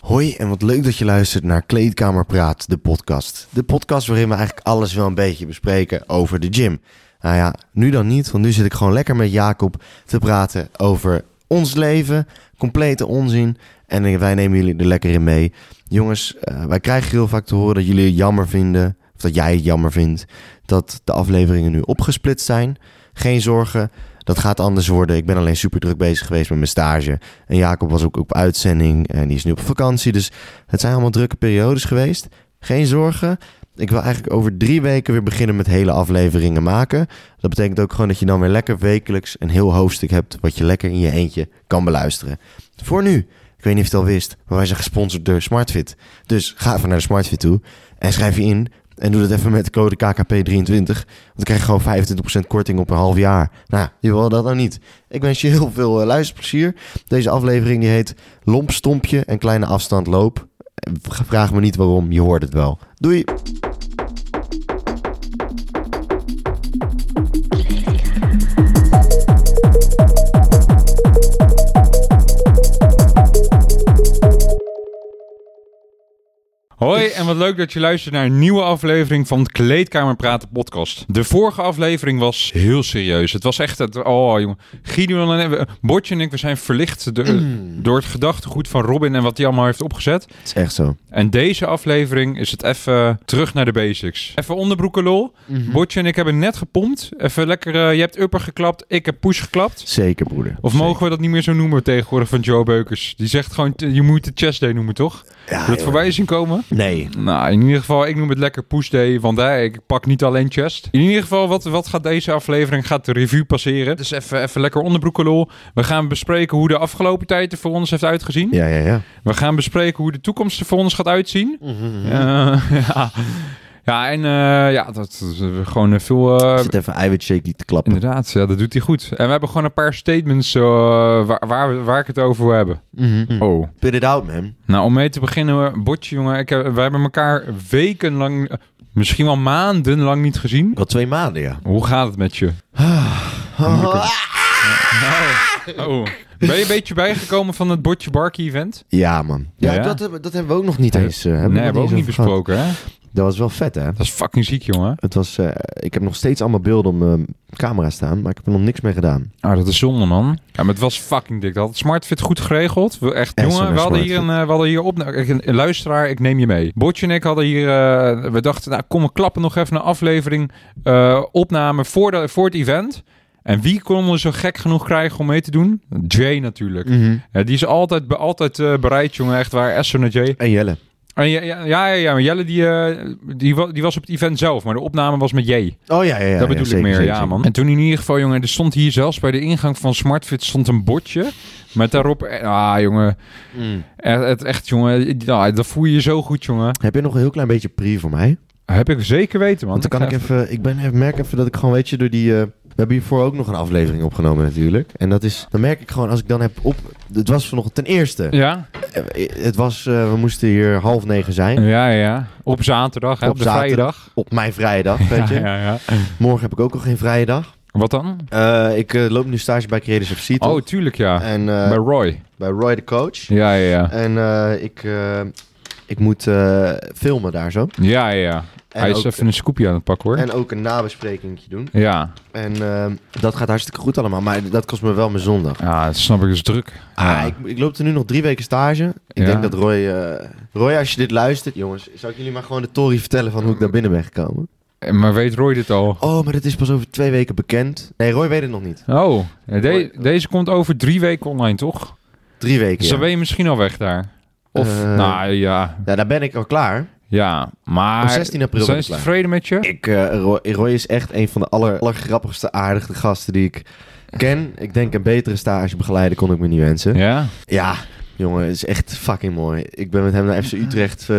Hoi en wat leuk dat je luistert naar Kleedkamer Praat, de podcast. De podcast waarin we eigenlijk alles wel een beetje bespreken over de gym. Nou ja, nu dan niet, want nu zit ik gewoon lekker met Jacob te praten over ons leven, complete onzin. En wij nemen jullie er lekker in mee. Jongens, eh, wij krijgen heel vaak te horen dat jullie het jammer vinden, of dat jij het jammer vindt, dat de afleveringen nu opgesplitst zijn. Geen zorgen, dat gaat anders worden. Ik ben alleen super druk bezig geweest met mijn stage. En Jacob was ook op uitzending en die is nu op vakantie. Dus het zijn allemaal drukke periodes geweest. Geen zorgen. Ik wil eigenlijk over drie weken weer beginnen met hele afleveringen maken. Dat betekent ook gewoon dat je dan weer lekker wekelijks een heel hoofdstuk hebt... wat je lekker in je eentje kan beluisteren. Voor nu, ik weet niet of je het al wist... maar wij zijn gesponsord door SmartFit. Dus ga even naar de SmartFit toe en schrijf je in... en doe dat even met de code KKP23... want dan krijg je gewoon 25% korting op een half jaar. Nou, je wil dat nou niet. Ik wens je heel veel eh, luisterplezier... Deze aflevering die heet Lomp, Stompje en Kleine Afstand Loop. Eh, Vraag me niet waarom, je hoort het wel. Doei! Hoi Dus- en wat leuk dat je luistert naar een nieuwe aflevering van Kleedkamer Praten podcast. De vorige aflevering was heel serieus. Het was echt het oh jongen, Gideon en Botje en ik we zijn verlicht door, Mm. door het gedachtegoed van Robin en wat hij allemaal heeft opgezet. Het is echt zo. En deze aflevering is het even terug naar de basics. Even onderbroeken lol. Mhm. Hm. Botje en ik hebben net gepompt. Even lekker eh, je hebt upper geklapt, ik heb push geklapt. Zeker, broeder. Of mogen we dat niet meer zo noemen tegenwoordig van Joe Beukers? Die zegt gewoon, t- je moet de chest day noemen, toch? Heb Ja, je dat Ah, joh. voorbij zien komen? Nee. Nou, in ieder geval, ik noem het lekker push day, want hè, ik pak niet alleen chest. In ieder geval, wat, wat gaat deze aflevering? Gaat de review passeren. Dus even, even lekker onderbroeken lol. We gaan bespreken hoe de afgelopen tijd er voor ons heeft uitgezien. Ja, ja, ja. We gaan bespreken hoe de toekomst er voor ons gaat uitzien. Mhm. Eh, ja. ja, en eh, ja, dat is eh, gewoon eh, veel... eh, Ik zit even eiwitshake die te klappen. Inderdaad, ja, dat doet hij goed. En we hebben gewoon een paar statements eh, waar, waar, waar ik het over wil hebben. Mhm. Oh. Put it out, man. Nou, om mee te beginnen, eh, Botje, jongen. Ik heb, wij hebben elkaar wekenlang, eh, misschien wel maandenlang niet gezien. Ik had twee maanden, ja. Hoe gaat het met je? Oh. Ben je een beetje bijgekomen van het Botje Barkie event? Ja, man. Ja, Ja? Dat, hebben- dat hebben we ook nog niet eens. eh, nee, nog hebben we ook eens niet over gehad. besproken, hè? Dat was wel vet, hè? Dat is fucking ziek, jongen. Het was, eh, ik heb nog steeds allemaal beelden op mijn camera staan, maar ik heb er nog niks mee gedaan. Ah, dat is zonde, man. Ja, maar het was fucking dik. Dat had Smartfit goed geregeld. We, echt, Echt jongen, zo'n we hadden, Smartfit. hier een, eh, we hadden hier op... ik- een luisteraar, ik neem je mee. Botje en ik hadden hier... eh, we dachten, nou, kom, we klappen nog even een aflevering eh, opname voor, de, voor het event. En wie konden we zo gek genoeg krijgen om mee te doen? Jay natuurlijk. Mhm. Ja, die is altijd, be- altijd eh, bereid, jongen. Echt waar, Esso naar Jay. En Jelle. En ja, ja, ja, ja, maar Jelle die, eh, die, wa- die was op het event zelf. Maar de opname was met Jay Oh ja, ja, ja. dat ja, bedoel zeker, ik meer, zeker, ja zeker. man. En toen in ieder geval, jongen, er stond hier zelfs bij de ingang van Smartfit stond een bordje met daarop, eh, ah jongen, Mm. eh, het echt jongen, ja, dat voel je je zo goed, jongen. Heb je nog een heel klein beetje pre voor mij? Heb ik zeker weten, man. Want dan kan ik ga even, ik ben, ik merk even dat ik gewoon, weet je, door die, eh, we hebben hiervoor ook nog een aflevering opgenomen natuurlijk. En dat is, dan merk ik gewoon, als ik dan heb op, het was vanochtend ten eerste. Ja, Eh, Het was, eh, we moesten hier half negen zijn, ja, ja. Op zaterdag, hè, Op op, de zaterdag, vrijdag. op mijn vrijdag, weet je. Ja, ja, ja. Morgen heb ik ook al geen vrije dag. Wat dan? Eh, ik eh, loop nu stage bij Creators of Sea, Oh, toch? tuurlijk, ja. En eh, bij Roy. bij Roy de coach. Ja, ja, ja. En eh, ik, eh, ik moet eh, filmen daar zo. Ja, ja, ja. En Hij is ook, even een scoopje aan het pakken, hoor. en ook een nabespreking doen. Ja. En eh, dat gaat hartstikke goed allemaal. Maar dat kost me wel mijn zondag. Ja, dat snap ik, dus druk. Ah, Ja. ik, ik loop er nu nog drie weken stage. Ik Ja. denk dat Roy... eh, Roy, als je dit luistert... Jongens, zou ik jullie maar gewoon de tory vertellen van hoe ik daar binnen ben gekomen? Eh, Maar weet Roy dit al? Oh, maar dat is pas over twee weken bekend. Nee, Roy weet het nog niet. Oh, de- deze komt over drie weken online, toch? Drie weken, Dus ja. dan ben je misschien al weg daar. Of, Eh, nou ja, Ja, daar ben ik al klaar. ja, Op maar... 16 april ben Zijn ik ze klaar. tevreden met je? Ik, eh, Roy, Roy is echt een van de aller, allergrappigste, aardigste gasten die ik ken. Ik denk een betere stagebegeleider kon ik me niet wensen. Ja? Ja, jongen, het is echt fucking mooi. Ik ben met hem naar FC Utrecht eh,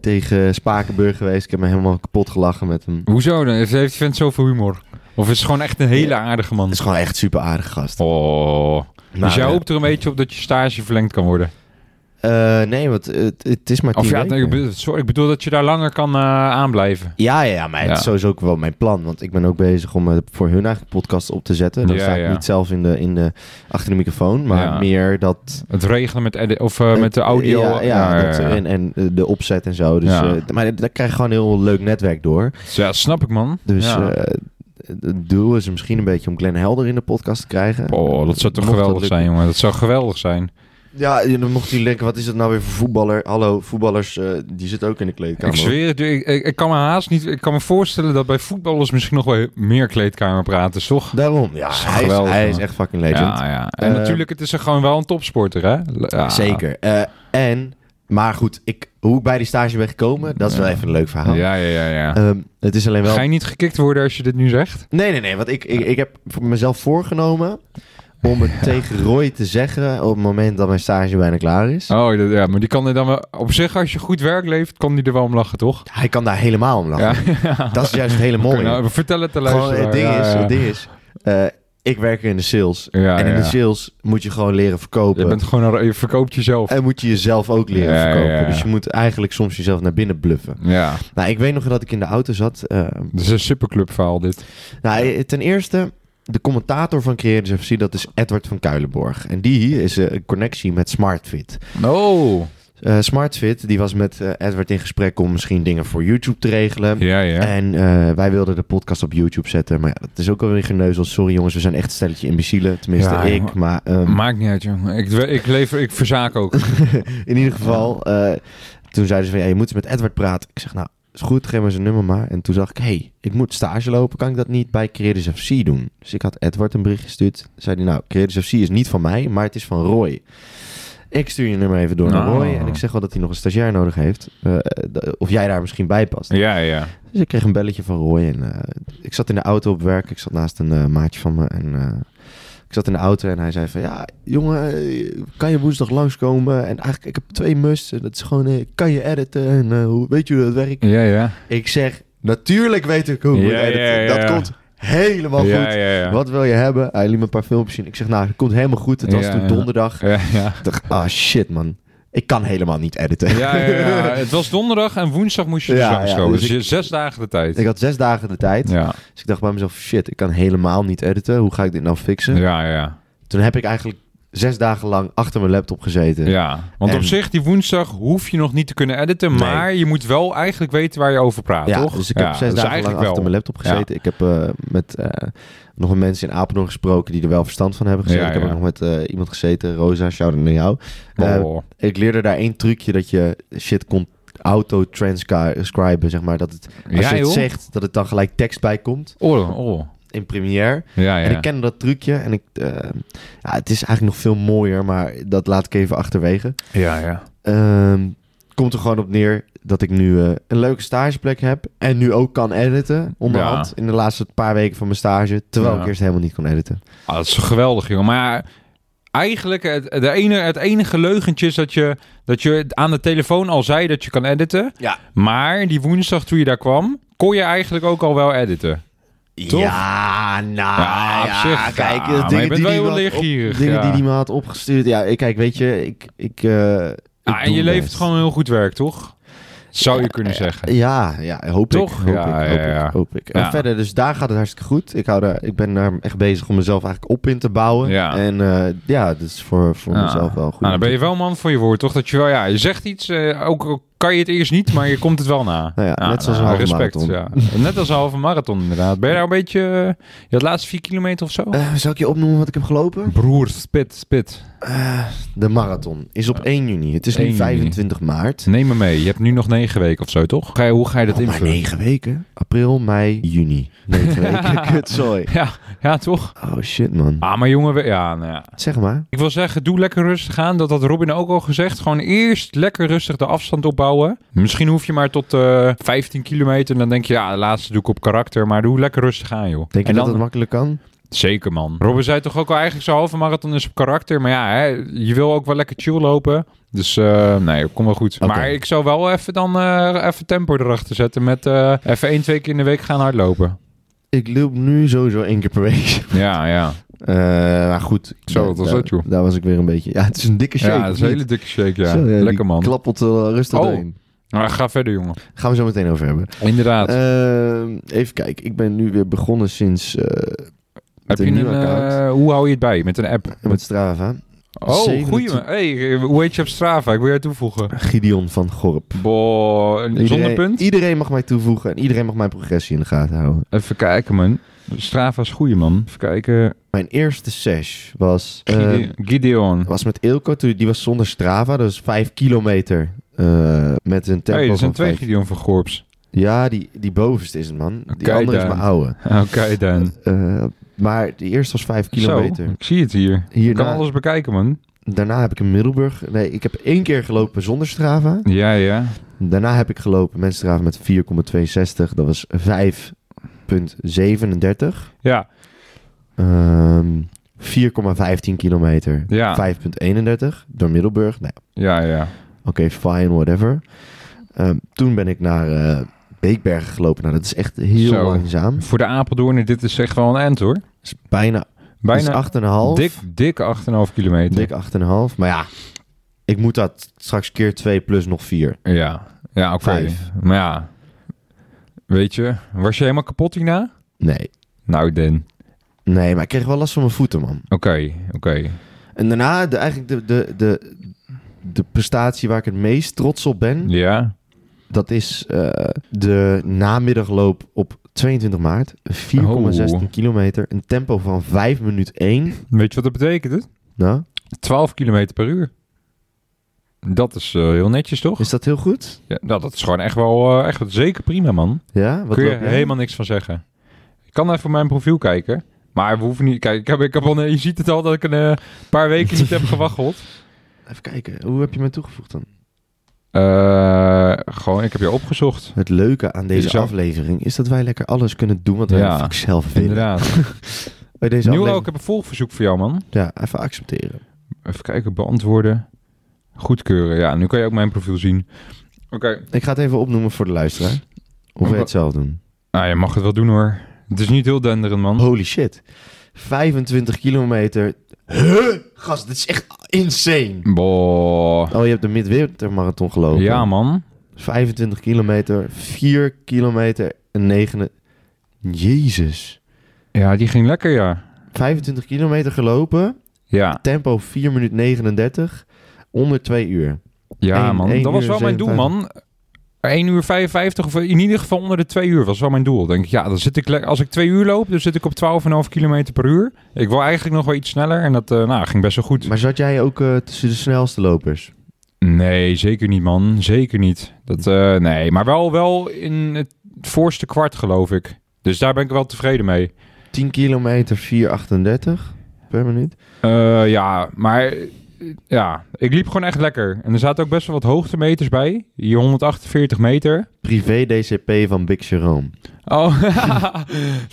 tegen Spakenburg geweest. Ik heb me helemaal kapot gelachen met hem. Hoezo dan? Heeft heeft die vent zoveel humor? Of is het gewoon echt een hele aardige man? Het is gewoon echt super aardig gast. Oh. Maar, dus jij eh, hoopt er een beetje op dat je stage verlengd kan worden? Eh, nee, want het, het is maar tien Of ja, weken. ik bedoel, sorry, ik bedoel dat je daar langer kan eh, aanblijven. Ja, ja, ja, maar het Ja. is sowieso ook wel mijn plan. Want ik ben ook bezig om eh, voor hun eigen podcast op te zetten. Dan Ja, sta ik ja. niet zelf in de, in de, achter de microfoon, maar Ja. meer dat... Het regelen met, edit, of, eh, met de eh, audio. Ja, ja, dat, En, en eh, de opzet en zo. Dus, Ja. eh, maar daar- daar krijg je gewoon een heel leuk netwerk door. Ja, snap ik, man. Dus ja. eh, het doel is misschien een beetje om Glenn Helder in de podcast te krijgen. oh, dat zou toch Mocht dat geweldig lukken. zijn, jongen. Dat zou geweldig zijn. Ja, en dan mocht hij denken, wat is dat nou weer voor voetballer? Hallo, voetballers, eh, die zitten ook in de kleedkamer. Ik zweer het, ik, ik, ik kan me haast niet... Ik kan me voorstellen dat bij voetballers misschien nog wel meer kleedkamer praten, toch? Daarom, ja, Is hij, geweldig, is, hij is man. echt fucking legend. Ja, ja. En Eh, natuurlijk, het is er gewoon wel een topsporter, hè? Ja. Zeker. Eh, en, maar goed, ik, hoe ik bij die stage ben gekomen, dat is wel Ja. even een leuk verhaal. Ja, ja, ja. ja. Ehm, het is alleen wel... Ga je niet gekikt worden als je dit nu zegt? Nee, nee, nee, want ik, ik, ik heb voor mezelf voorgenomen om het tegen Roy te zeggen op het moment dat mijn stage bijna klaar is. Oh, dat- ja, maar die kan er dan wel... Op zich, als je goed werk levert, kan die er wel om lachen, toch? Hij kan daar helemaal om lachen. Ja. Dat is juist het hele mooie. Nou, vertel het te Gewoon, luisteren. het ding ja, is, ja. het ding is eh, ik werk in de sales. Ja, en in ja, de ja. sales moet je gewoon leren verkopen. Je bent gewoon een, je verkoopt jezelf. En moet je jezelf ook leren Ja, verkopen. ja, ja. Dus je moet eigenlijk soms jezelf naar binnen bluffen. Ja, Nou, ik weet nog dat ik in de auto zat. eh, dit is een superclub verhaal dit. Nou, eh, ten eerste, de commentator van Creators FC, dat is Edward van Kuilenborg. En die is eh, een connectie met SmartFit. Oh. Eh, SmartFit, die was met eh, Edward in gesprek om misschien dingen voor YouTube te regelen. Ja, ja. En eh, wij wilden de podcast op YouTube zetten. Maar ja, dat is ook alweer geneuzel. Sorry jongens, we zijn echt een stelletje imbecielen. Tenminste, Ja, ik. jongen. Maar ehm, Maakt niet uit, jongen. Ik, we- ik lever, ik verzaak ook. in ieder geval, eh, toen zeiden ze van, ja, je moet eens met Edward praten. Ik zeg, nou, is goed, geef me zijn nummer maar. En toen zag ik, hey, ik moet stage lopen. Kan ik dat niet bij Creators FC doen? Dus ik had Edward een bericht gestuurd. Zei hij, nou, Creators FC is niet van mij, maar het is van Roy. Ik stuur je nummer even door naar Nou. Roy. En ik zeg wel dat hij nog een stagiair nodig heeft. eh, d- of jij daar misschien bij past. Ja, ja. Dus ik kreeg een belletje van Roy. En, eh, ik zat in de auto op werk. Ik zat naast een eh, maatje van me. En eh, ik zat in de auto en hij zei van... Ja, jongen, eh, kan je woensdag langskomen? En eigenlijk, ik heb twee musts. En dat is gewoon, eh, kan je editen? En eh, hoe, weet je hoe dat werkt? Ja, ja. Ik zeg, natuurlijk weet ik hoe ik Ja, moet editen. ja, ja. Dat komt helemaal ja, goed. ja, ja. Wat wil je hebben? Hij liet me een paar filmpjes zien. Ik zeg, nou, dat komt helemaal goed. Het was Ja, toen ja. donderdag. Ja, ja. Ik dacht, ah, shit, man. Ik kan helemaal niet editen. Ja, ja, ja. Het was donderdag en woensdag moest je dus Ja, ja, langskomen. dus Dus, je ik- hebt zes dagen de tijd. ik had zes dagen de tijd. ja. Dus ik dacht bij mezelf, shit, ik kan helemaal niet editen. Hoe ga ik dit nou fixen? ja, ja, Toen heb ik eigenlijk zes dagen lang achter mijn laptop gezeten. ja. Want op En- zich, die woensdag hoef je nog niet te kunnen editen. Nee. Maar je moet wel eigenlijk weten waar je over praat, Ja, toch? dus ik Ja, heb zes dat is dagen lang eigenlijk achter wel. mijn laptop gezeten. Ik heb eh, met eh, nog wat mensen in Apeldoorn gesproken die er wel verstand van hebben gezeten. Ja, ik heb ja. ook nog met eh, iemand gezeten, Rosa, shout out naar jou. Eh, Oh. ik leerde daar één trucje dat je shit kon auto-transcriben, zeg maar. Dat het, als Ja, je het joh. zegt, dat het dan gelijk tekst bij komt Oh, oh. in Premiere. Ja, ja. En ik ken dat trucje en ik, eh, ja, het is eigenlijk nog veel mooier, maar dat laat ik even achterwege. ja, ja. Ehm, komt er gewoon op neer dat ik nu eh, een leuke stageplek heb en nu ook kan editen onderhand in de laatste paar weken van mijn stage, terwijl Ja. ik eerst helemaal niet kon editen. Ah, dat is geweldig, jongen. Maar ja, eigenlijk, het, de ene, het enige leugentje is dat je, dat je aan de telefoon al zei dat je kan editen. Ja. Maar die woensdag toen je daar kwam, kon je eigenlijk ook al wel editen. Toch? Ja, nou, Ja, op ja, zich, kijk, ja, eh, maar je dingen bent die wel die heel me had op- leergierig, Dingen ja. die die me had opgestuurd. Ja, ik- kijk, weet je, ik, ik, eh, ik Ah, doe en je mijn levert best. gewoon heel goed werk, toch? Zou je kunnen zeggen. Ja, ja, hoop Toch? ik. Hoop Ja, ik, ja, hoop ja. ik, hoop ik. En Ja. verder, dus daar gaat het hartstikke goed. Ik, hou daar, ik ben daar echt bezig om mezelf eigenlijk op in te bouwen. Ja. En eh, ja, dat is voor, voor Ah. mezelf wel goed. Nou, dan ben je wel man voor je woord, toch? Dat je wel, ja, je zegt iets, eh, ook al kan je het eerst niet, maar je komt het wel na. Nou ja, net zoals een halve marathon. Ja. Net als een halve marathon, inderdaad. Ben je daar een beetje, eh, je had laatste vier kilometer of zo? Eh, zal ik je opnoemen wat ik heb gelopen? Broer, spit, spit. Eh, de marathon is op 1 juni. Het is 1 nu juni. 25 maart. Neem me mee. Je hebt nu nog negen weken of zo, toch? Ga je, hoe ga je dat Oh, maar invullen? 9 weken. April, mei, juni. 9 weken. Kutzooi. Ja, ja, toch? Oh shit, man. Ah, maar jongen, we- ja, nou ja. Zeg maar. Ik wil zeggen, doe lekker rustig aan. Dat had Robin ook al gezegd. Gewoon eerst lekker rustig de afstand opbouwen. Misschien hoef je maar tot eh 15 kilometer. En dan denk je, ja, de laatste doe ik op karakter. Maar doe lekker rustig aan, joh. Denk je en dat dan, het makkelijk kan? Zeker, man. Robin zei toch ook al, eigenlijk zo'n halve marathon is op karakter. Maar ja, hè, je wil ook wel lekker chill lopen. Dus eh, nee, kom wel goed. Oké. Maar ik zou wel even dan eh, even tempo erachter zetten. Met eh, even één, twee keer in de week gaan hardlopen. Ik loop nu sowieso één keer per week. Ja, ja. Eh, maar goed. Zo, wat was daar- dat, joh? Daar was ik weer een beetje... Ja, het is een dikke shake. ja, dat is of een niet? hele dikke shake, ja. Zo, die Lekker man. Klappelt er rustig Oh. doorheen. Maar ga verder, jongen. Gaan we zo meteen over hebben. Inderdaad. Eh, even kijken. Ik ben nu weer begonnen sinds... eh, Heb een je nieuw een, eh, account. hoe hou je het bij? Met een app? met Strava. Oh, 27 goeie man. Hey, eh, hoe heet je op Strava? Ik wil jou toevoegen. Gideon van Gorp. Boah, een zonder punt? Iedereen mag mij toevoegen en iedereen mag mijn progressie in de gaten houden. Even kijken, man. Strava is goeie, man. Even kijken. Mijn eerste sesh was, eh, Gide- Gideon. was met Ilko. Toen- Die was zonder Strava, dus 5 kilometer eh, met een tempo hey, er zijn van twee vijf. Gideon van Gorps. Ja, die, die bovenste is het, man. Die Kijk andere is daar. mijn oude. Oké, dan. Eh, maar de eerste was 5 kilometer. Hm. Zo, ik zie het hier. Ik kan Hierna, alles bekijken, man. daarna heb ik in Middelburg... Nee, ik heb één keer gelopen zonder Strava. Ja, ja. Daarna heb ik gelopen met Strava met 4,62. Dat was 5,37. Ja, Ehm 4,15 kilometer. Ja. 5,31 door Middelburg. Nee, ja, ja. oké, fine, whatever. Ehm, toen ben ik naar eh, Beekbergen gelopen. Nou, dat is echt heel Zo. langzaam. Voor de Apeldoorn, dit is echt wel een end, hoor. is bijna, Dus Bijna is 8,5. dik, dik 8,5 kilometer. Dik 8,5. Maar ja, ik moet dat straks keer 2 plus nog 4. Ja, ja oké. Vijf. Maar ja, weet je, was je helemaal kapot hierna? Nee. Nou, Den. Nee, maar ik kreeg wel last van mijn voeten, man. Oké, oké. En daarna de, eigenlijk de, de, de, de prestatie waar ik het meest trots op ben. Ja. Dat is eh, de namiddagloop op 22 maart. 4,16 Oh. kilometer. Een tempo van 5 minuten 1. Weet je wat dat betekent? Nou, 12 kilometer per uur. Dat is eh, heel netjes, toch? is dat heel goed? Ja, nou, dat is gewoon echt wel eh, echt wat zeker prima, man. Ja? Wat Kun je loop jij? helemaal niks van zeggen. Ik kan even mijn profiel kijken. Maar we hoeven niet... Kijk, ik heb, ik heb al, een- je ziet het al dat ik een eh, paar weken niet heb gewaggeld. Even kijken, hoe heb je mij toegevoegd dan? Eh, gewoon, ik heb je opgezocht. Het leuke aan deze Is zo- aflevering is dat wij lekker alles kunnen doen wat wij Ja, fuck zelf willen. Inderdaad. Bij deze Nu ook, aflevering, ik heb een volgverzoek voor jou, man. ja, even accepteren. Even kijken, beantwoorden. Goedkeuren. Ja, nu kan je ook mijn profiel zien. Oké. Ik ga het even opnoemen voor de luisteraar. Hoe wij het zelf doen. Nou, je mag het wel doen, hoor. Het is niet heel denderend, man. Holy shit. 25 kilometer. Huh? Gast, dit is echt insane. Boah. Oh, je hebt de midwintermarathon gelopen. Ja, man. 25 kilometer, 4 kilometer en 9. Jezus. Ja, die ging lekker, ja. 25 kilometer gelopen, Ja, tempo 4 minuut 39, onder 2 uur. ja Eén- man. één dat was uur wel mijn doel, man. 1 uur 55, of in ieder geval onder de 2 uur, was wel mijn doel. Denk ik, ja, dan zit ik le- als ik 2 uur loop, dan zit ik op 12,5 kilometer per uur. Ik wil eigenlijk nog wel iets sneller en dat eh, nou, ging best wel goed. Maar zat jij ook eh, tussen de snelste lopers? Nee, zeker niet, man. Zeker niet. Dat, eh, nee, maar wel, wel in het voorste kwart, geloof ik. Dus daar ben ik wel tevreden mee. 10 kilometer, 438 per minuut. Eh, ja, maar eh, ja, ik liep gewoon echt lekker. En er zaten ook best wel wat hoogtemeters bij. Hier 148 meter. Privé DCP van Big Jerome. Oh,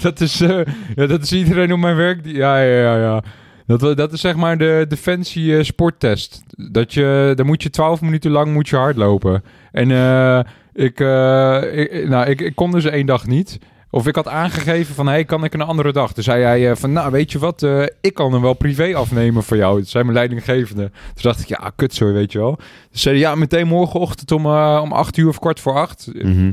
dat, is, eh, ja, dat is iedereen op mijn werk. Die, ja, ja, ja. ja. Dat, wa- dat is zeg maar de defensie eh, sporttest. Dat je, dan moet je 12 minuten lang moet je hardlopen. En eh, ik, eh, ik, nou, ik, ik kon dus één dag niet. Of ik had aangegeven van, hey, kan ik een andere dag? Toen zei hij eh, van, nou, weet je wat? eh, ik kan hem wel privé afnemen voor jou. Dat zijn mijn leidinggevende. Toen dacht ik, ja, kut zo, weet je wel. Toen zei hij, ja, meteen morgenochtend om, eh, om acht uur of kwart voor acht. Mhm.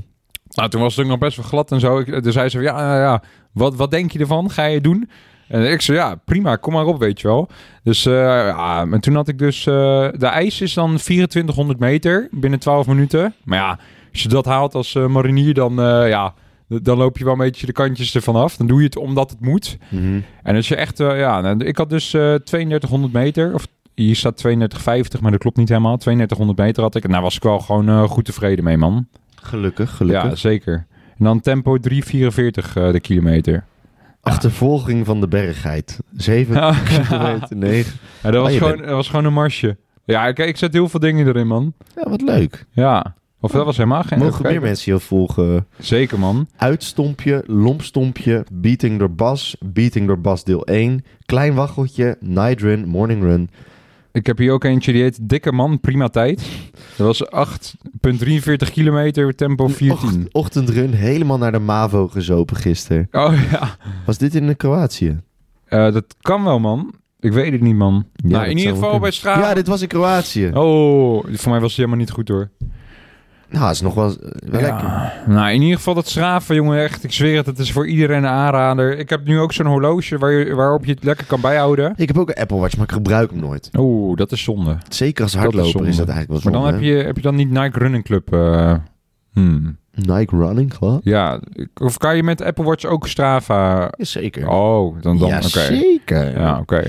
Nou, toen was het ook nog best wel glad en zo. Ik, eh, toen zei ze, ja, ja, ja wat, wat denk je ervan? Ga je het doen? En ik zei, ja, prima, kom maar op, weet je wel. Dus eh, ja, en toen had ik dus... eh, de ijs is dan 2400 meter binnen 12 minuten. Maar ja, als je dat haalt als eh, marinier, dan, eh, ja, d- dan loop je wel een beetje de kantjes ervan af. Dan doe je het omdat het moet. Mhm. En als je echt... eh, ja, nou, ik had dus eh 3200 meter... Of hier staat 3250, maar dat klopt niet helemaal. 3200 meter had ik. En daar was ik wel gewoon eh, goed tevreden mee, man. Gelukkig, gelukkig. Ja, zeker. En dan tempo 3,44 eh, de kilometer. Achtervolging van de bergheid. 7 kilometer, 9. Ja, dat, was Oh, je gewoon, dat was gewoon een marsje. Ja, ik, ik zet heel veel dingen erin, man. Ja, wat leuk. Ja. Of dat was helemaal geen... Mogen even meer kijken. mensen je volgen? Zeker, man. Uitstompje, lompstompje, beating door Bas, beating door Bas deel 1, klein waggeltje, night run, morning run. Ik heb hier ook eentje, die heet Dikke Man, prima tijd. Dat was 8,43 kilometer, tempo 14. Ocht- ochtendrun, helemaal naar de MAVO gezopen gisteren. Oh ja. Was dit in Kroatië? Eh, dat kan wel, man. Ik weet het niet, man. nou, dat in ieder zou wel geval bij straat. Ja, dit was in Kroatië. Oh, voor mij was het helemaal niet goed hoor. Nou, is nog wel, eh, wel lekker. Nou, in ieder geval dat schraven, jongen, echt. Ik zweer het, het is voor iedereen een aanrader. Ik heb nu ook zo'n horloge waar je, waarop je het lekker kan bijhouden. Ik heb ook een Apple Watch, maar ik gebruik hem nooit. Oeh, dat is zonde. Zeker als is hardloper is, zonde. dat eigenlijk wel Maar zonde. dan heb je, heb je dan niet Nike Running Club. eh, hmm. hè? Nike Running Club? Ja, ik- of kan je met Apple Watch ook Strava? Jazeker. Oh, dan dan. ja, oké. zeker. Ja, oké.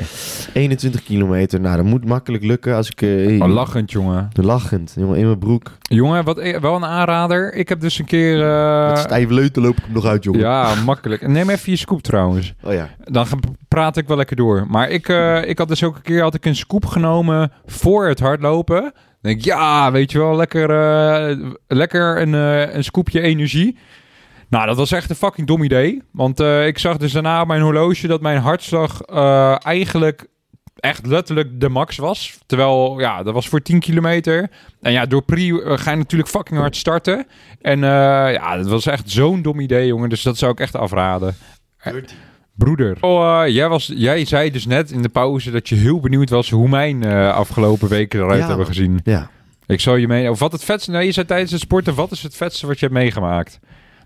21 kilometer. Nou, dat moet makkelijk lukken als ik... eh, Oh, lachend, jongen. Lachend, jongen, in mijn broek. Jongen, wat, e- wel een aanrader. Ik heb dus een keer... eh, Met stijve leuten loop ik hem nog uit, jongen. ja, makkelijk. Neem even je scoop trouwens. Oh ja. Dan ga- praat ik wel lekker door. Maar ik, eh, ik had dus ook een keer had ik een scoop genomen voor het hardlopen. Dan denk ik, ja, weet je wel, lekker, eh, lekker een, eh, een scoopje energie. Nou, dat was echt een fucking dom idee. Want eh, ik zag dus daarna op mijn horloge dat mijn hartslag eh, eigenlijk echt letterlijk de max was. Terwijl, ja, dat was voor 10 kilometer. En ja, door pre eh, ga je natuurlijk fucking hard starten. En eh, ja, dat was echt zo'n dom idee, jongen. Dus dat zou ik echt afraden. Eh, Broeder. Oh, eh, jij, was, jij zei dus net in de pauze dat je heel benieuwd was hoe mijn eh, afgelopen weken eruit Ja, hebben man. gezien. Ja. Ik zal je mee. Of wat het vetste. Nee, je zei tijdens het sporten: wat is het vetste wat je hebt meegemaakt?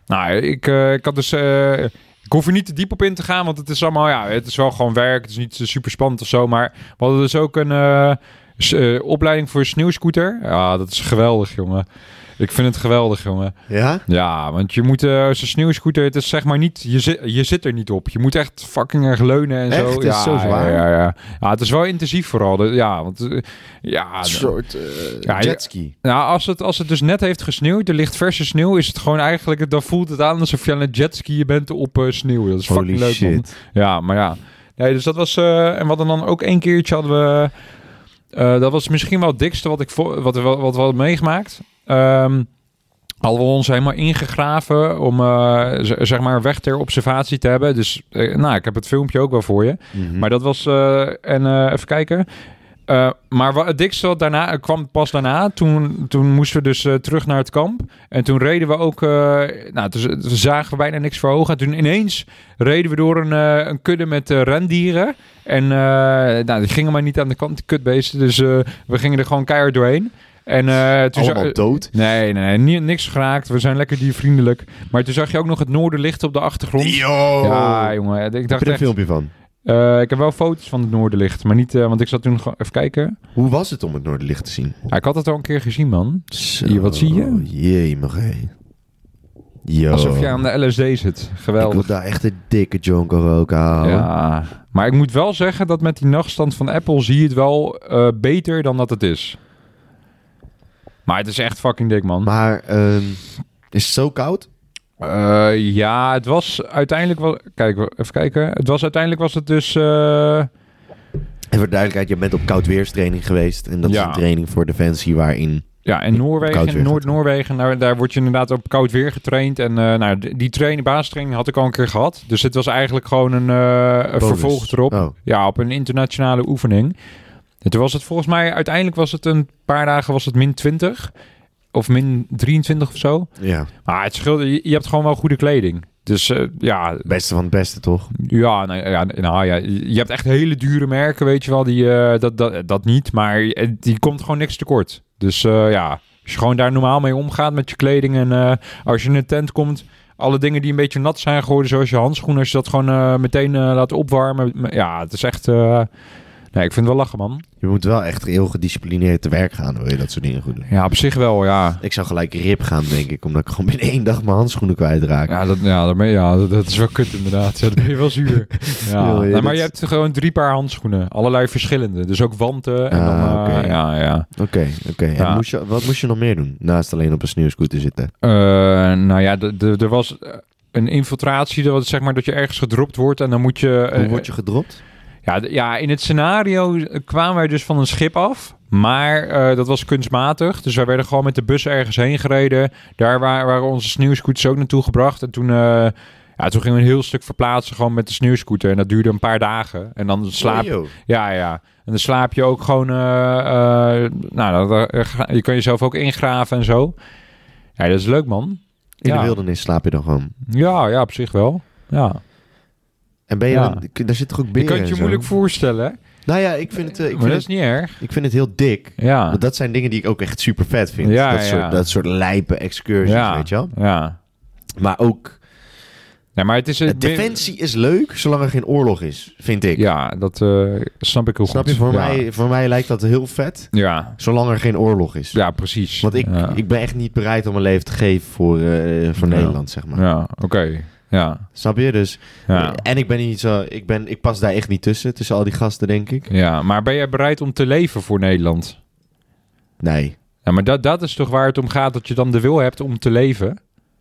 Nou, ik, eh, ik had dus. eh, ik hoef er niet te diep op in te gaan, want het is allemaal. Ja, het is wel gewoon werk. Het is niet eh, super spannend of zo. Maar we hadden dus ook een eh, s- eh, opleiding voor sneeuwscooter. Ja, dat is geweldig, jongen. Ik vind het geweldig, jongen. Ja? Ja, want je moet eh, zo'n sneeuwscooter, het is zeg maar niet, je, zit, je zit er niet op. Je moet echt fucking erg leunen en Echt? zo. Is ja, het zo zwaar? Ja, ja, ja. ja, het is wel intensief vooral. De- Ja, want eh, ja, Een de- soort eh, Ja, je- jetski. nou, als het, als het dus net heeft gesneeuwd, er ligt verse sneeuw, is het gewoon eigenlijk, dan voelt het aan alsof je aan het jetskiën bent op eh, sneeuw. Dat is Holy fucking leuk, man. shit. Ja, maar ja. Nee, dus dat was... eh, en we hadden dan ook één keertje hadden we... eh, dat was misschien wel het dikste wat, ik vo- wat, wat, wat we hadden meegemaakt. Ehm hadden we ons helemaal ingegraven om eh, z- zeg maar een weg ter observatie te hebben. Dus eh, nou, ik heb het filmpje ook wel voor je. Mhm. Maar dat was... eh, en eh, even kijken... Eh, maar wa- het dikste wat daarna, eh, kwam pas daarna. Toen, toen moesten we dus eh, terug naar het kamp. En toen reden we ook... eh, nou, toen, z- toen zagen we bijna niks voor ogen. En toen ineens reden we door een, eh, een kudde met eh, rendieren. En eh, nou, die gingen maar niet aan de kant, die kutbeesten. Dus eh, we gingen er gewoon keihard doorheen. En eh, toen za- Allemaal dood. Nee, nee, nee, ni- niks geraakt. We zijn lekker diervriendelijk. Maar toen zag je ook nog het noorderlicht op de achtergrond. Yo! Ja, jongen. Ik Heb dacht je er een echt... filmpje van? eh, ik heb wel foto's van het noorderlicht. Maar niet... eh, want ik zat toen gewoon... Even kijken. Hoe was het om het Noorderlicht te zien? Ja, ik had het al een keer gezien, man. Zo, wat zie je? Jee, mag Yo. Alsof je aan de LSD zit. Oh. Ik Geweldig. wil daar echt een dikke jonker roken houden. Ja. Maar ik moet wel zeggen dat met die nachtstand van Apple zie je het wel eh, beter dan dat het is. Maar het is echt fucking dik, man. Maar ehm, is het zo koud? Eh, ja, het was uiteindelijk wel... Kijk, even kijken. Het was uiteindelijk was het dus... eh, En voor de duidelijkheid, je bent op koud weerstraining geweest. En dat is Ja. een training voor Defensie waarin... Ja, en koud Noorwegen, weer Noord-Noorwegen, daar, daar word je inderdaad op koud weer getraind. En eh, nou, d- die trainen, baastraining had ik al een keer gehad. Dus dit was eigenlijk gewoon een, eh, een bonus. vervolg erop. Oh, Ja, op een internationale oefening. En toen was het volgens mij, uiteindelijk was het een paar dagen was het min 20. Of min 23 of zo. ja. Maar het scheelde, je, je hebt gewoon wel goede kleding. Dus eh, ja, Beste van het beste, toch? ja, nou, ja, nou ja, je hebt echt hele dure merken, weet je wel. Die, eh, dat, dat, dat niet, maar eh, die komt gewoon niks tekort. Dus eh, ja, als je gewoon daar normaal mee omgaat met je kleding. En eh, als je in een tent komt, alle dingen die een beetje nat zijn geworden, zoals je handschoenen, als je dat gewoon eh, meteen eh, laat opwarmen. m- Ja, het is echt... eh, nee, ik vind het wel lachen, man. Je moet wel echt heel gedisciplineerd te werk gaan. Wil je dat soort dingen goed doen? Ja, op zich wel, ja. Ik zou gelijk rip gaan, denk ik. Omdat ik gewoon binnen één dag mijn handschoenen kwijtraak. Ja, dat, ja, dat, ben- ja dat, dat is wel kut inderdaad. Ja, dat ben je wel zuur. Ja. Ja, ja, Nou, maar dat- je hebt gewoon drie paar handschoenen. Allerlei verschillende. Dus ook wanten. En Ah, dan, eh, oké. ja, ja. Oké, oké. En Ja. moest je- Wat moest je nog meer doen? Naast alleen op een sneeuwscooter zitten. Eh, nou ja, d- d- er was eh, een infiltratie. Dat was zeg maar dat je ergens gedropt wordt en dan moet je... eh, Hoe word je gedropt? ja, d- ja, in het scenario eh, kwamen wij dus van een schip af. Maar eh, dat was kunstmatig. Dus wij werden gewoon met de bus ergens heen gereden. Daar wa- waren onze sneeuwscooters ook naartoe gebracht. En toen... eh, ja, toen gingen we een heel stuk verplaatsen gewoon met de sneeuwscooter. En dat duurde een paar dagen. En dan slaap, Oh, joh. ja, ja. En dan slaap je ook gewoon... eh, eh, nou, dat- eh, ga- je kan jezelf ook ingraven en zo. Ja, dat is leuk, man. In Ja. de wildernis slaap je dan gewoon. Ja, ja, op zich wel. Ja. En ben je Ja. dan- daar zit toch ook Je beren kan het en je zo? moeilijk voorstellen. hè? Nou ja, ik vind het, eh, ik maar vind dat het, is niet erg. ik vind het heel dik. Ja. Want dat zijn dingen die ik ook echt super vet vind. Ja, dat, ja. Soort, dat soort lijpe excursies, ja. weet je wel. Ja. Maar ook, Nee, maar het is... de defensie is leuk zolang er geen oorlog is, vind ik. Ja, dat eh, snap ik heel Snap goed. je? Voor, ja. mij, voor mij lijkt dat heel vet, Ja. zolang er geen oorlog is. Ja, precies. Want ik, Ja, ik ben echt niet bereid om mijn leven te geven voor, eh, voor Ja. Nederland, zeg maar. Ja, oké. Ja. Snap je? Dus Ja. En ik ben niet zo. Ik, ben, ik pas daar echt niet tussen, tussen al die gasten, denk ik. ja, maar ben jij bereid om te leven voor Nederland? Nee. Ja, maar dat, dat is toch waar het om gaat, dat je dan de wil hebt om te leven?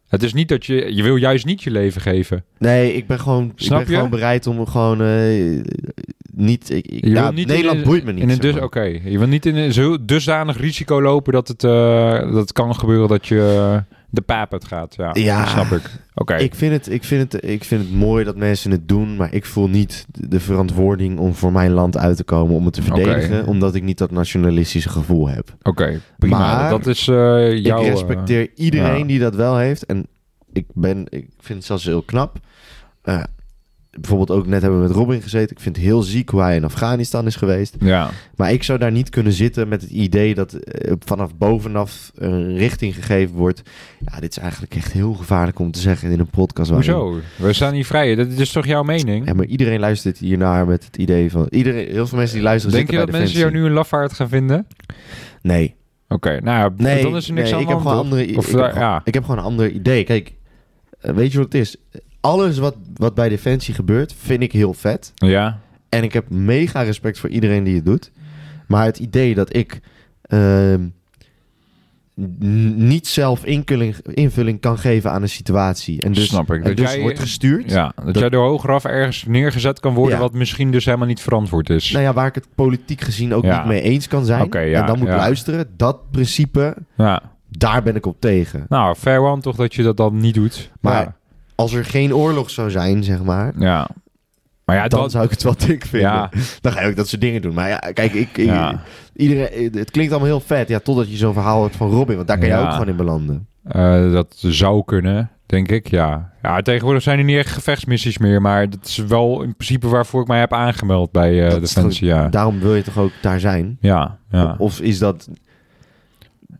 Het is niet dat je... Je wil juist niet je leven geven. Nee, ik ben gewoon, ik Snap ben je? gewoon bereid om gewoon eh, niet. Ik, ik- Je nou, wil niet in Nederland een- boeit me niet. in een zeg dus, maar. Oké, je wil niet in een zo dusdanig risico lopen dat het, eh, dat het kan gebeuren dat je eh, de paap het gaat. Ja, Ja. dat snap ik. Oké, Ik, vind het, ik, vind het, ik vind het mooi dat mensen het doen, maar ik voel niet de verantwoording om voor mijn land uit te komen om het te Oké. verdedigen, omdat ik niet dat nationalistische gevoel heb. oké, prima. Maar dat is eh jouw... ik eh, respecteer iedereen ja. die dat wel heeft. En ik, ben, ik vind het zelfs heel knap. Eh, bijvoorbeeld ook net hebben we met Robin gezeten. Ik vind het heel ziek hoe hij in Afghanistan is geweest. ja, Maar ik zou daar niet kunnen zitten met het idee dat eh, vanaf bovenaf een richting gegeven wordt. Ja, dit is eigenlijk echt heel gevaarlijk om te zeggen in een podcast. waarin- hoezo? We staan hier vrij. Dat is toch jouw mening? Ja, maar iedereen luistert hiernaar met het idee van... Iedereen, heel veel mensen die luisteren Denk je zitten dat bij mensen jou nu een lafaard gaan vinden? Defensie. Nee, Oké, nou ja, nee, dan is er niks nee, aan ik de heb hand. gewoon toch? andere, ik, Of heb daar- gewoon- ja. ik heb gewoon een ander idee. Kijk, eh, weet je wat het is? Alles wat, wat bij Defensie gebeurt, vind ik heel vet. ja, En ik heb mega respect voor iedereen die het doet. Maar het idee dat ik ehm, n- niet zelf invulling, invulling kan geven aan een situatie. En dus, snap ik. en Dat, dus jij, wordt gestuurd. ja, dat, dat- jij door hogeraf ergens neergezet kan worden, Ja. wat misschien dus helemaal niet verantwoord is. Nou ja, waar ik het politiek gezien ook Ja. niet mee eens kan zijn. Oké, ja, en dan moet ja. luisteren. Dat principe, Ja. daar ben ik op tegen. Nou, fair one toch dat je dat dan niet doet. Maar- Als er geen oorlog zou zijn, zeg maar. ja. ja. Maar ja, dan dat, zou ik het wel dik vinden. Ja. Dan ga je ook dat soort dingen doen. Maar ja, kijk, ik, ik- ja. iedereen, het klinkt allemaal heel vet. Ja, totdat je zo'n verhaal hebt van Robin. Want daar kan je Ja. ook gewoon in belanden. Eh, dat zou kunnen, denk ik, ja. Ja, tegenwoordig zijn er niet echt gevechtsmissies meer, maar dat is wel in principe waarvoor ik mij heb aangemeld bij eh, Dat is Defensie, ja. Daarom wil je toch ook daar zijn? Ja, ja. Of is dat...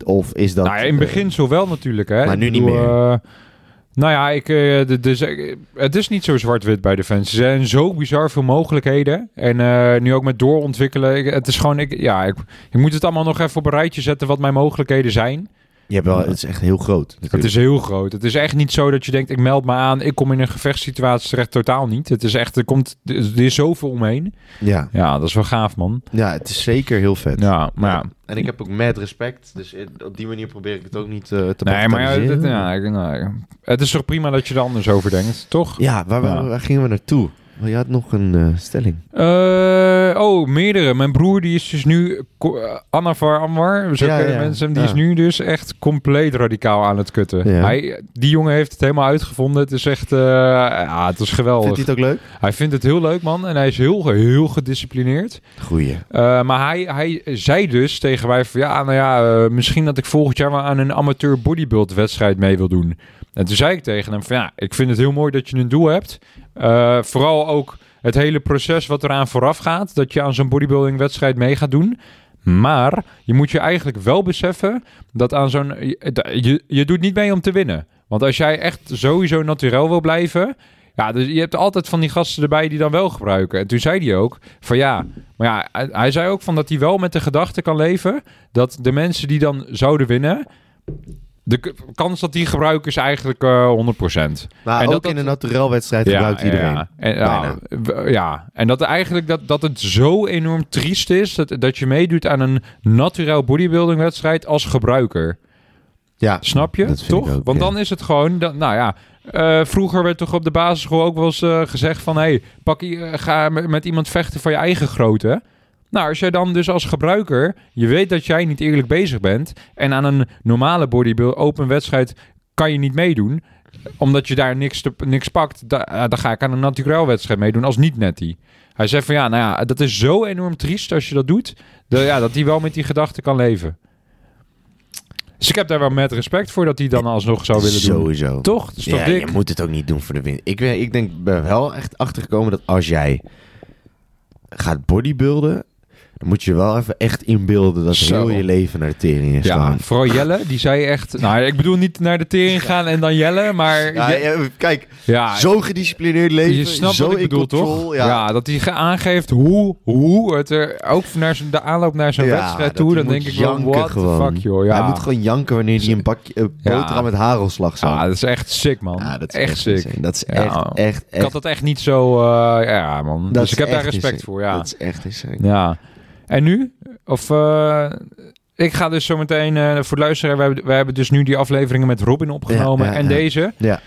Of is dat... nou, ja, in het begin zo wel natuurlijk, hè. maar Ik nu niet bedoel, meer. eh, nou ja, ik, eh, de- de- ze- het is niet zo zwart-wit bij Defensie. Er zijn zo bizar veel mogelijkheden. En eh, nu ook met doorontwikkelen. Ik- het is gewoon, ik, ja, ik, ik moet het allemaal nog even op een rijtje zetten wat mijn mogelijkheden zijn. eh, je hebt wel, het is echt heel groot. Het natuurlijk. is heel groot. Het is echt niet zo dat je denkt, ik meld me aan, ik kom in een gevechtssituatie terecht. Totaal niet. Het is echt, er komt, er is zoveel omheen. ja. Ja, dat is wel gaaf, man. ja, het is zeker heel vet. Ja, maar ja. En ik heb ook mad respect. Dus in- op die manier probeer ik het ook niet eh, te Nee, maar ja, bagatelliseren. dit- ja, ik- nou, het is toch prima dat je er anders over denkt, toch? Ja, waar, waar- Ja. waar gingen we naartoe? Je had nog een eh, stelling. Eh, oh, meerdere. Mijn broer die is dus nu ko- eh, Anafar Anwar. Zo Ja, kennen ja, mensen hem. Die ja. is nu dus echt compleet radicaal aan het kutten. Ja. Hij, die jongen heeft het helemaal uitgevonden. Het is echt, eh, ja, het is geweldig. Vindt hij het ook leuk? Hij vindt het heel leuk, man. En hij is heel, heel gedisciplineerd. Goeie. Eh, maar hij, hij zei dus tegen mij van... Ja, nou ja, eh, misschien dat ik volgend jaar wel aan een amateur bodybuild wedstrijd mee wil doen. En toen zei ik tegen hem van... Ja, ik vind het heel mooi dat je een doel hebt. Eh, vooral ook het hele proces wat eraan vooraf gaat. Dat je aan zo'n bodybuilding wedstrijd mee gaat doen. Maar je moet je eigenlijk wel beseffen dat aan zo'n... Je, je, je doet niet mee om te winnen. Want als jij echt sowieso naturel wil blijven... Ja, dus je hebt altijd van die gasten erbij die dan wel gebruiken. En toen zei hij ook van ja, maar ja, hij, hij zei ook van dat hij wel met de gedachte kan leven dat de mensen die dan zouden winnen, de k- kans dat die gebruiken is eigenlijk eh 100%. Maar En Nou, ook dat dat- in een naturelwedstrijd gebruikt iedereen. Ja, en, ja, w- ja. en dat eigenlijk dat, dat het zo enorm triest is dat, dat je meedoet aan een naturel bodybuilding wedstrijd als gebruiker. Ja. Snap je? Dat vind toch? ik ook, Want ja. dan is het gewoon, dat, nou ja. eh, vroeger werd toch op de basisschool ook wel eens eh, gezegd van... Hey, pak, i- eh, ga met, met iemand vechten van je eigen grootte. Nou, als jij dan dus als gebruiker... je weet dat jij niet eerlijk bezig bent... en aan een normale bodybuild open wedstrijd kan je niet meedoen... omdat je daar niks, te, niks pakt... Da, eh, dan ga ik aan een naturel wedstrijd meedoen als niet netty. Hij zegt van ja, nou ja, dat is zo enorm triest als je dat doet... dat- ja, dat hij wel met die gedachte kan leven. Dus ik heb daar wel met respect voor dat hij dan alsnog zou willen doen. Sowieso. Toch? Dat is toch ja, dik? je moet het ook niet doen voor de winst. Ik, ben- ik denk, ben wel echt achtergekomen dat als jij gaat bodybuilden, dan moet je wel even echt inbeelden dat Zo. heel je leven naar de tering is Ja, gaan. vooral Jelle, die zei echt... Nou, ik bedoel niet naar de tering gaan en dan Jelle, maar... Ja, Je- ja, kijk, ja, zo gedisciplineerd leven, je snapt zo wat ik in bedoel, control, toch? Ja, Ja. dat hij ge- aangeeft hoe, hoe het er... Ook naar zijn- de aanloop naar zijn Ja, wedstrijd dat toe, hij dan moet denk ik wel, janken what the gewoon. fuck, joh. Ja. Hij moet gewoon janken wanneer hij een bakje eh, Ja. boterham met hagelslag zou. ja, Ah, dat is echt sick, man. Ja, dat dat is echt sick. insane. Dat is Ja. echt, echt, Ik had echt. dat echt niet zo... eh, ja, man. dat dus is ik heb daar echt respect insane. voor, ja. Dat is echt insane. Ja. En nu? Of eh, ik ga dus zometeen eh voor de luisteraar. We hebben, we hebben dus nu die afleveringen met Robin opgenomen Ja, ja, en ja. deze. Ja.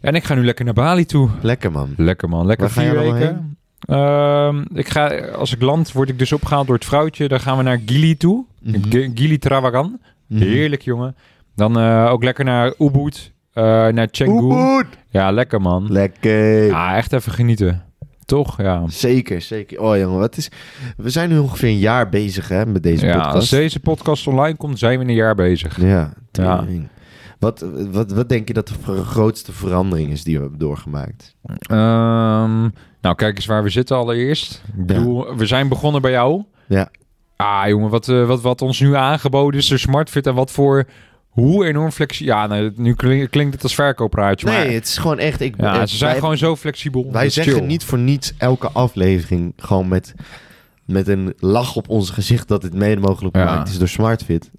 En ik ga nu lekker naar Bali toe. Lekker man. Lekker man, lekker Waar ga vier je allemaal weken. Ehm, ik ga, als ik land, word ik dus opgehaald door het vrouwtje. Dan gaan we naar Gili toe. Mhm. G- Gili Trawagan. Mhm. Heerlijk, jongen. Dan eh, ook lekker naar Ubud, eh, naar Canggu. Oeh, goed. Ja, lekker, man. Lekker. Ja, echt even genieten. Toch? Ja. Zeker, zeker. Oh jongen, wat is... We zijn nu ongeveer een jaar bezig hè, met deze ja als podcast. deze podcast online komt, zijn we een jaar bezig. Ja, Ja. tering. Wat, wat, wat denk je dat de ver- grootste verandering is die we hebben doorgemaakt? Ehm, nou, kijk eens waar we zitten allereerst. Ik bedoel, we zijn begonnen bij jou. Ja. Ah, jongen, wat, eh, wat, wat ons nu aangeboden is, de SmartFit en wat voor... Hoe enorm flexibel... Ja, nou, nu klink- klinkt het als verkoopraadje, maar... nee, het is gewoon echt... Ik, ja, eh, ze zijn wij, gewoon zo flexibel. Dat wij is zeggen chill. niet voor niets elke aflevering gewoon met, met een lach op ons gezicht dat dit mede mogelijk Ja. gemaakt is door SmartFit.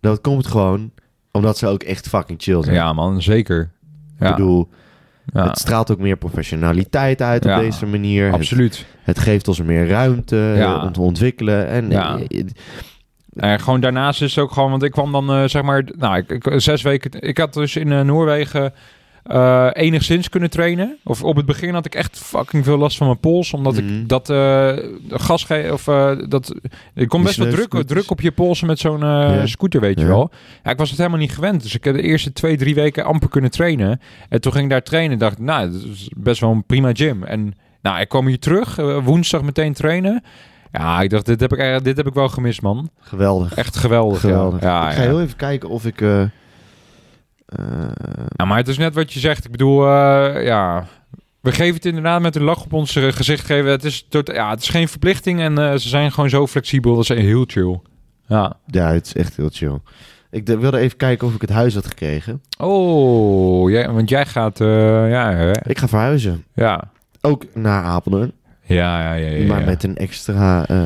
Dat komt gewoon omdat ze ook echt fucking chill zijn. Ja, man, zeker. Ja, Ik bedoel, ja, het straalt ook meer professionaliteit uit Ja, op deze manier. Het- absoluut. Het geeft ons meer ruimte Ja. eh, om te ontwikkelen. En Ja. eh, eh, En gewoon daarnaast is het ook gewoon, want ik kwam dan eh, zeg maar, nou, ik, ik- zes weken. Ik had dus in eh, Noorwegen eh, enigszins kunnen trainen. Of op het begin had ik echt fucking veel last van mijn pols, omdat Mhm. ik dat eh gas ge- of eh, dat. Ik kom Die best wel druk, sneeuwscooters. druk op je polsen met zo'n eh, Ja. scooter, weet je Ja. wel. Ja, ik was het helemaal niet gewend, dus ik heb de eerste twee, drie weken amper kunnen trainen. En toen ging ik daar trainen, dacht, ik, nou, dat is best wel een prima gym. En nou, ik kwam hier terug, eh, woensdag meteen trainen. Ja, ik dacht, dit heb ik, eh, dit heb ik wel gemist, man. geweldig. Echt geweldig. geweldig. Ja, ik ja, ga ja. heel even kijken of ik. eh, eh, Ja, Nou, maar het is net wat je zegt. Ik bedoel, eh, ja. We geven het inderdaad met een lach op ons eh, gezicht geven. Het is, tot, ja, het is geen verplichting en eh, ze zijn gewoon zo flexibel. Dat is heel chill. Ja. ja, het is echt heel chill. Ik d- wilde even kijken of ik het huis had gekregen. Oh, jij, want jij gaat. eh, ja, hè? Ik ga verhuizen. ja. Ook naar Apeldoorn. Ja, ja, ja. ja, ja. Maar met een extra eh,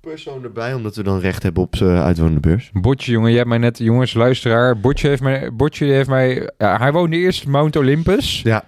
persoon erbij, omdat we dan recht hebben op zijn uitwonende beurs. Botje, jongen, jij hebt mij net, jongens, luisteraar. Botje heeft mij. Botje heeft mij ja, hij woonde eerst Mount Olympus. Ja.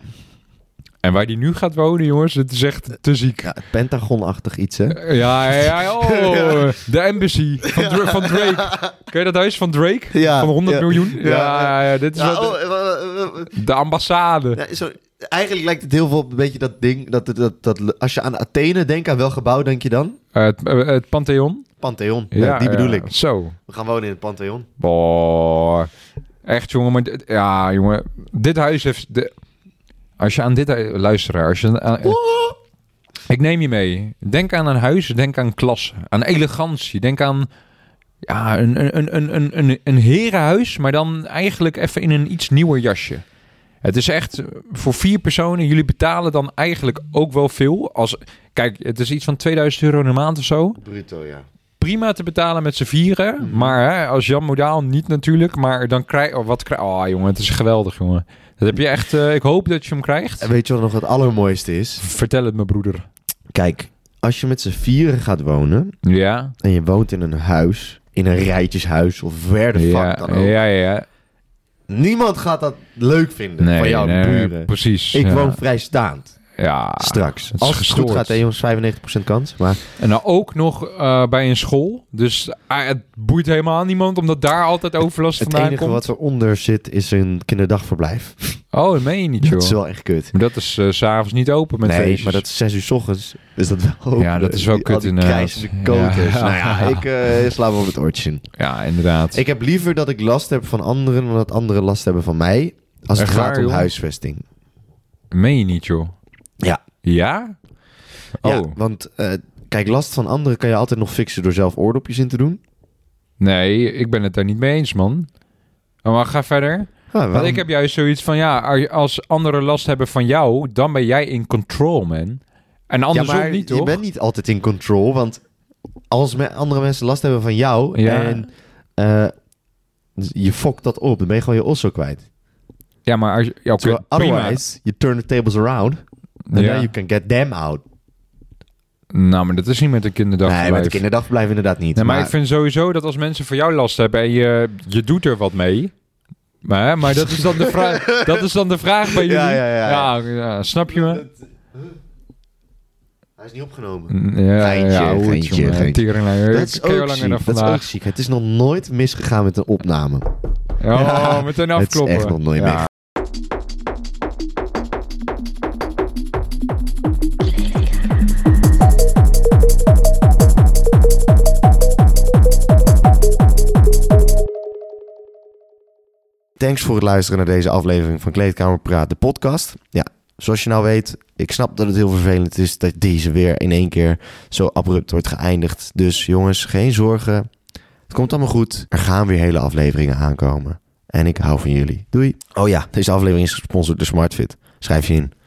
En waar die nu gaat wonen, jongens, het is echt te ziek. Ja, Pentagonachtig iets, hè? Ja, ja, ja. Oh, de Embassy van, Dra- van Drake. Ken je dat huis van Drake? Ja, van 100 ja. miljoen? Ja, Ja, ja, ja, dit is Ja, wat- oh, eh, eh, eh, de ambassade. Ja, zo, eigenlijk lijkt het heel veel op een beetje dat ding. Dat, dat, dat, als je aan Athene denkt, aan welk gebouw denk je dan? Eh, het, eh, het Pantheon. Pantheon. Ja, die bedoel ik. Zo. We gaan wonen in het Pantheon. Boah. Echt, jongen. Maar dit- ja, jongen. Dit huis heeft... De, als je aan dit... hu- Luisteraar, als je... aan- ik neem je mee. Denk aan een huis. Denk aan klasse. Aan elegantie. Denk aan... Ja, een, een, een- een, een, een, een herenhuis. Maar dan eigenlijk even in een iets nieuwer jasje. Het is echt eh, voor vier personen. Jullie betalen dan eigenlijk ook wel veel. Als, kijk, het is iets van 2000 euro in de maand of zo Bruto, ja. prima te betalen met z'n vieren. Mhm. Maar hè, als Jan Modaal niet natuurlijk. Maar dan krijg je... Oh, wat krijg Oh, jongen, het is geweldig, jongen. Dat heb je echt... eh, ik hoop dat je hem krijgt. En weet je wat nog het allermooiste is? Vertel het me, broeder. Kijk, als je met z'n vieren gaat wonen Ja? en je woont in een huis, in een rijtjeshuis of waar de fuck Ja, dan ook. ja, ja. Niemand gaat dat leuk vinden Nee, van jouw nee, buren. Precies. Ik ja. woon vrijstaand Ja. straks. het is Als het gestoord. goed gaat, hè, jongens, 95% kans. Maar En dan ook nog eh, bij een school. Dus ah, het boeit helemaal niemand, omdat daar altijd overlast het vandaan enige komt. wat eronder zit is een kinderdagverblijf. Oh, dat meen je niet, Dat is joh. wel echt kut. Maar dat is eh, s s'avonds niet open met nee, feestjes. maar dat is 6 uur s ochtends. Is dat wel Ja, dat is wel Die- kut al die inderdaad. krijzende koters. Ja. Nou ja, ik eh sla me op het oortje in. Ja, inderdaad. Ik heb liever dat ik last heb van anderen dan dat anderen last hebben van mij. Als het Echt gaat waar, om joh? huisvesting. Meen je niet, joh. Ja. Ja? Oh. Ja, want eh, kijk, last van anderen kan je altijd nog fixen door zelf oordopjes in te doen. Nee, ik ben het daar niet mee eens, man. Oh, Maar ga verder. Ja, Want waarom- ik heb juist zoiets van, ja, ar- als anderen last hebben van jou, dan ben jij in control, man. En andersom ja, maar niet, toch? Je bent niet altijd in control, want als me- andere mensen last hebben van jou Ja. en eh, je fokt dat op, dan ben je gewoon je osso kwijt. Ja, maar als je... Ja, oké, Terwijl prima. otherwise, you turn the tables around and Ja. then you can get them out. Nou, maar dat is niet met een kinderdagverblijf. nee, met het kinderdagblijf inderdaad niet. Nee, maar, ik vind sowieso dat als mensen voor jou last hebben en je, je doet er wat mee. Maar, maar dat, is dan de vraag, dat is dan de vraag bij jullie. Ja, ja, ja, ja. ja, snap je me? Hij is niet opgenomen. Ja, Geintje, ja, hoe het, geintje, jongen. geintje. Teringlijn, Dat is, ik ken je ook langer dan ziek. dat is ook vandaag. ziek. Het is nog nooit misgegaan met een opname. Ja, Oh, meteen het is afkloppen. echt nog nooit ja. Thanks voor het luisteren naar deze aflevering van Kleedkamer Praat, de podcast. Ja, zoals je nou weet, ik snap dat het heel vervelend is dat deze weer in één keer zo abrupt wordt geëindigd. Dus jongens, geen zorgen. Het komt allemaal goed. Er gaan weer hele afleveringen aankomen. En ik hou van jullie. Doei. Oh ja, deze aflevering is gesponsord door SmartFit. Schrijf je in.